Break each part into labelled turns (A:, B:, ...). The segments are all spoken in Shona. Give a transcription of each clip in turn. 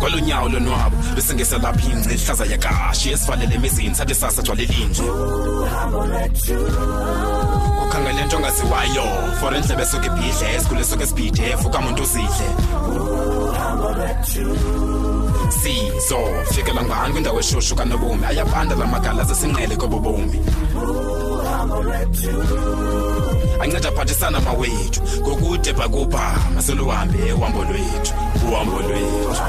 A: kwalonyawo lonwabo bese ngeselapha ingce ihlaza yakashi esivalele emizini sathi sasa jwalelinje ukhangele nto ongaziwayo for endlebe esuke ibhidle esikhule esuke esibhide fuka muntu uzidle sizo fikela ngani kwindawo eshushu kanobomi ayabanda la magala zesinqele kobobomi anceda aphathisana mawethu ngokude bhakubha maseluhambe uhambo lwethu uhambo lwethu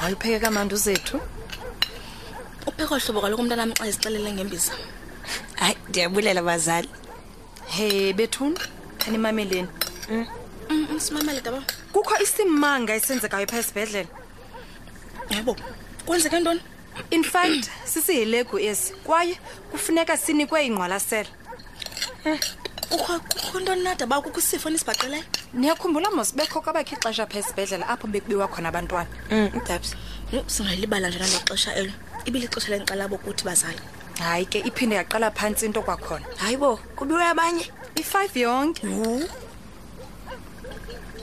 B: hayi upheke kamandi uzethu
C: uphekwa hlobo kaloku umntanam xa ezixelele ngembiza
D: hayi ndiyabulela bazali
B: he bethuni enimameleni
C: Mm, mm, simamele daba
B: kukho isimanga esenzekayo phaa esibhedlele
C: yebo kwenzeke ntoni
B: in fact sisihilegu esi kwaye kufuneka sinikwe ingqwalasela
C: kukho kukho ntoni nadaba kukho isifo nisibhaqeleyo
B: niyakhumbula mosibekho kwabakho ixesha phaa esibhedlele apho bekubiwa khona abantwana
D: mdabs
C: Yho, singayilibala nje nalo xesha elo ibilixesha lenkxalabo kuthi bazali
B: hayi ke iphinde yaqala phantsi into kwakhona
D: hayi bo kubiwe abanye
B: i-five yonke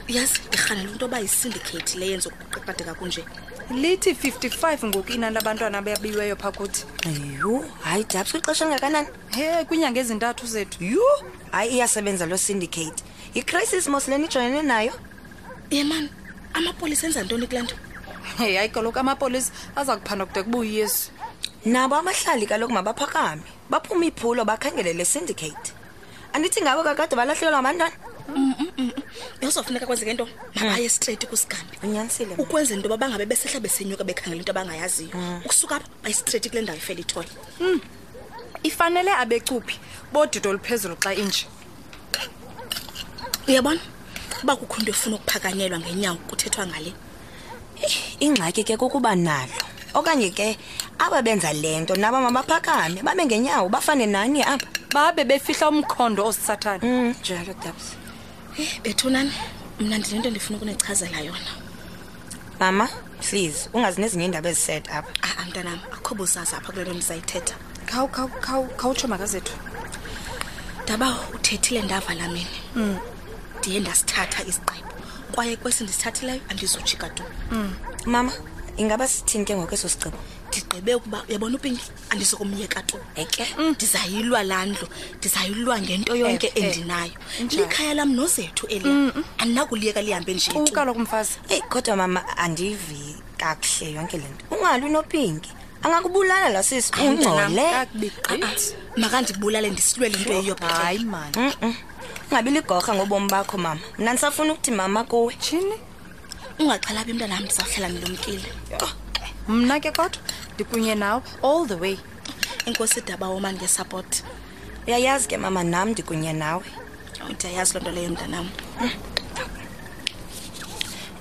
C: yazi ndirhanela into yoba yisyndicate le yenza ukuqiqadeka kunje
B: lithi 55 ngoku inani labantwana ababiweyo phaa kuthi
D: eyu hayi dabs kwixesha elingakanani
B: he kwiinyanga ezintathu zethu
D: yhu hayi iyasebenza loo syndicate yicrisis mos le nijonene nayo
C: ye mani amapolisa enza ntoni kulaa nto
B: hey hayi kaloku amapolisa aza kuphanda kude kubuyesu
D: nabo abahlali kaloku mabaphakame baphume iphulo bakhangele le syndicate andithi ngabo kakade balahlekelwa ngabantwana
C: yozofuneka kwenzeke nto mabaye straight kusigambi
D: unyanisile mna.
C: ukwenzela into yoba bangabe besehla besenyuka bekhangela into abangayaziyo ukusuka apha bayistreithi kule ndawo ifele ithole
B: ifanele abecuphi bodido oluphezulu xa inje
C: uyabona uba kukho into efuna ukuphakanyelwa ngenyawo kuthethwa ngale
D: ingxaki ke kukuba nalo okanye ke aba benza le nto nabo mabaphakame babe ngenyawo bafane nani apha
B: babe befihla umkhondo osisathane
D: um njalo dabs
C: Eh, bethunani mna ndinento ndifuna ukunichazela yona
D: mama please ungazi nezinye iindaba eziset apha
C: aa Ah, mntanam akho buzazi apha kule nto ndizayithetha
B: Khawu, khawu, khawu, khawutsho makazethu
C: ndaba uthethile ndavala mina
B: Hmm.
C: ndiye ndasithatha isigqibo kwaye kwesi ndisithathileyo andizojika tu
D: mama ingaba sithini ke ngoku eso sigqibo
C: ndigqibe ukuba uyabona upinki andizokumyeka tu
D: eke
C: ndizayilwa laa ndlu ndizayilwa ngento
B: Hmm.
C: yonke
B: Eh, Hmm, eh.
C: endinayo
B: Njalo.
C: likhaya lam nozethu eli andinakuliyeka lihambe nje tu.
B: ukaloku mfazi
D: eyi kodwa mama andivi kakuhle yonke le nto ungalwi nopinki angakubulala la sisi ungcole
B: kakubiqithi
C: Ah, makandibulale ndisilwele into Hmm? eyiyobhayi
B: hayi mani
D: ungabi ligorha ngobomi bakho mama mna ndisafuna ukuthi mama kuwe
B: tshini
C: ungaxhalabi mntanam ndizawuhlala ndilumkile
B: mna ke kodwa ndikunye nawe all the way
C: enkosi daba woma ngesapoti
D: uyayazi ke mama nam ndikunye nawe
C: ndiyayazi Oh, loo nto leyo mntanam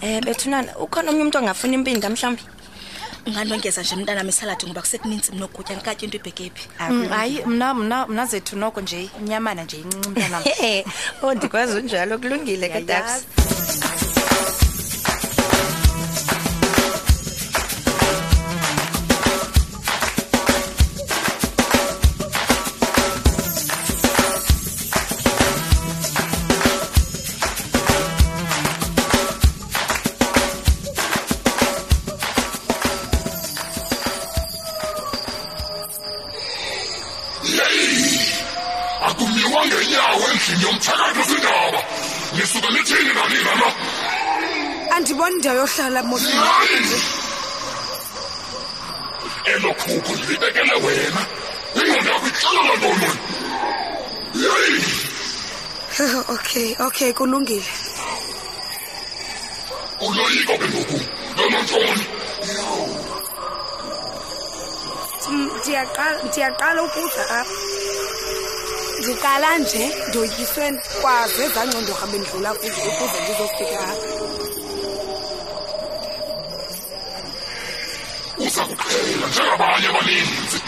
D: um bethunana ukhona omnye umntu angafuni impinda mhlawumbi
C: ungandongeza nje mntanam isaladi ngoba kusekunintsi mnokutya ndikatye into ibhekephi
B: Mm, hayi mna mna mna zethu noko nje inyamana nje incinci mntanam
D: he o oh, ndikwazi unjalo kulungile ke dabs
A: akumiwa ngenyawo endlini yomthakathi zindaba nisuke nithini nanina na
E: andiboni ndawo yohlala mos
A: elo khuko libekele wena ingqondo yakho itshalela ntoni wena yeyi
E: okay okay kulungile
A: uloyiko ke ngoku lonantoni
E: Mm, ndiyaqala ndiyaqala ukuza apha ndiqala nje ndoyiswe kwaze ezangcondo hambe ndidlula kuzo ukuze ndizofika apha
A: uza kuqhela njengabanye abaninzi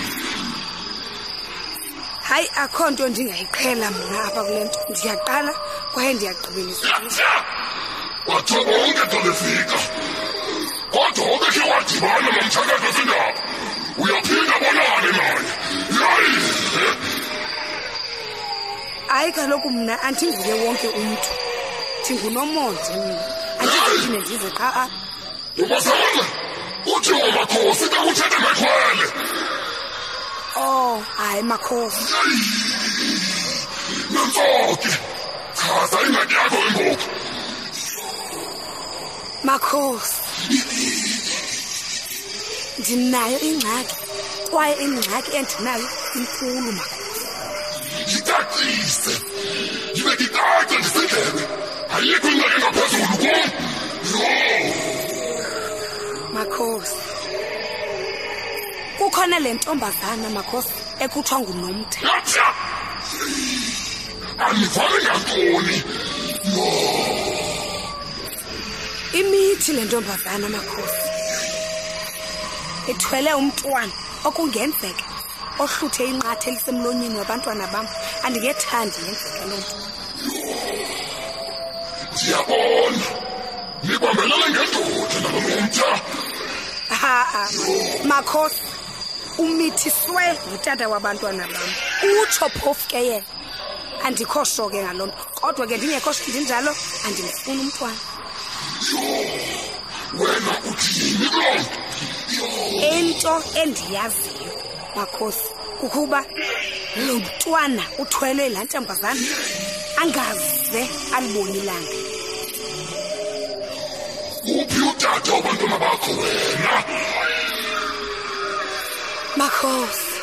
E: hayi akho nto ndingayiqhela mna apha kule nto ndiyaqala kwaye ndiyagqibelisa
A: yatsha watsho konke xa befika kodwa obekhe wadibana nomthakathi zindaba uyaphinda bonane naye yeyi
E: hayi kaloku mna andinguye wonke umntu ndingunomonde mna andizophinde ndize qha apha
A: ubazala uthi ngomakhosi xa kuthetha ngexhwele
E: oh hayi makhosi
A: nantsoke chaza ingxaki yakho ke ngoku
E: makhosi ndinayo ingxaki kwaye ingxaki endinayo inkulu makhosi
A: ndicacise ndibe ndicace ndisindlebe ayikho ingxaki engaphezulu kum yho
E: makhosi kukhona le ntombazana makhosi ekuthiwa ngunomda
A: Yatsha! andivale ngantoni
E: imithi le ntombazana makhosi ithwele umntwana okungenzeka ohluthe inqathe elisemlonyeni wabantwana bam andingethandi yenzeke loo nto
A: ndiyabona nibambelele ngendoda nalomtsha
E: ha-a makhosi umithiswe ngutata wabantwana bam utsho phofu ke yena andikho sho ke ngaloo nto kodwa ke ndingekho sho ndinjalo andimfuni umntwana
A: wena uthini kuloo nto
E: into endiyaziyo makhosi kukuba lo mntwana uthwelwe yilaa ntombazana angaze alibonilanga
A: uphi utata wabantwana bakho wena
E: makhosi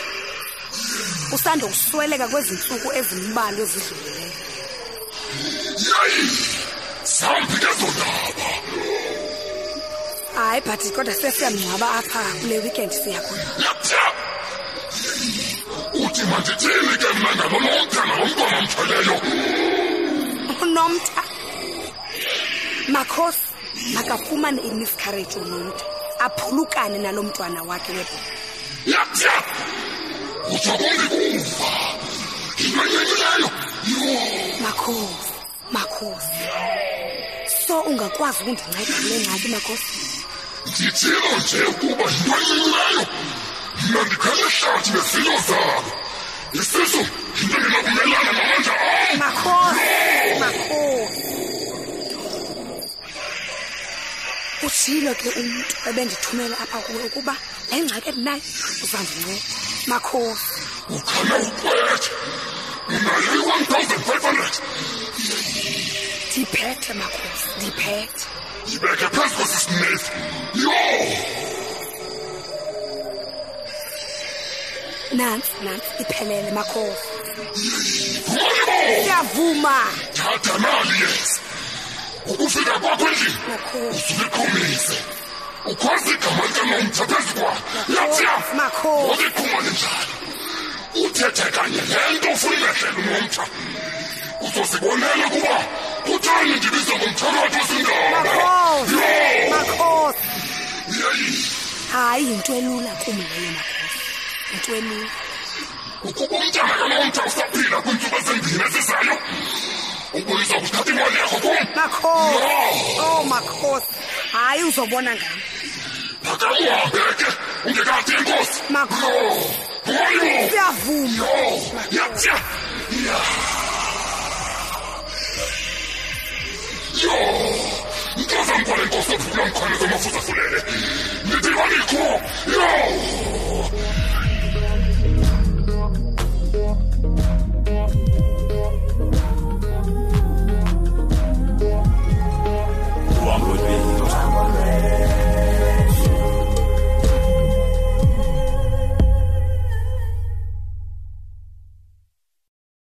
E: usanda kusweleka kwezi ntsuku ezimbalwa ezidlulileyo
A: yayi zambi kezo ndaba
E: hayi but kodwa sesiyamngcwaba apha kule weekend siyakhona
A: yatsha uthi mandithini ke mna ngalolonta nalomntwana mthweleyo
E: unomtha makhosi makafumane imiscarriage unomtha aphulukane nalo mntwana wakhe webhola
A: yatsha utsho kundikuva ndinqenqekileyo
E: makhosi makhosi so ungakwazi ukundinceda kule ngxaki makhosi
A: ndithilo nje ukuba yinto encinceyo mna ndikhele hlathi nezilo zabo isisu yinto engenakumelana namandla am
E: makhosi makhosi utshilo ke umntu ebendithumela apha kuwe ukuba le ngxaki endinayo uzandinceda makhosi
A: ukhana ukwethe unayo i-one thousand five hundred
E: ndiphethe makhosi ndiphethe
A: yibeke phezu kwesisinefu yho
E: nantsi nantsi iphelele makhosi
A: ngolimo
E: ndiyavuma
A: thatha nali yeza ukufika kwakho endlini
E: makhosi
A: usuliqhumise ukhoza igama likanomtha phezu kwayo yatsiya
E: makhosi
A: ngokexhumane njalo uthethe kanye le nto ufuna imehlela unomtha uzozibonela ukuba kuthani ndibizwa ngomthakathi wesindaba
E: makhosi
A: yho
E: makhosi
A: yeyi
E: hayi yinto elula kum leyo makhosi yinto elula
A: ukuba umntana kanomtha usaphila kwiintsuku ezimbini ezizayo ubuyizwa kuthatha imali yakho kum
E: makhosi oh makhosi hayi uzobona ngam
A: phakamuhambe ke ungekade inkosi
E: makhosi
A: ngoyo
E: siyavuma
A: 야자! 이야! 야! 이거 상관의 것도 불안관에서 막 후사풀래! 니들 많이 고!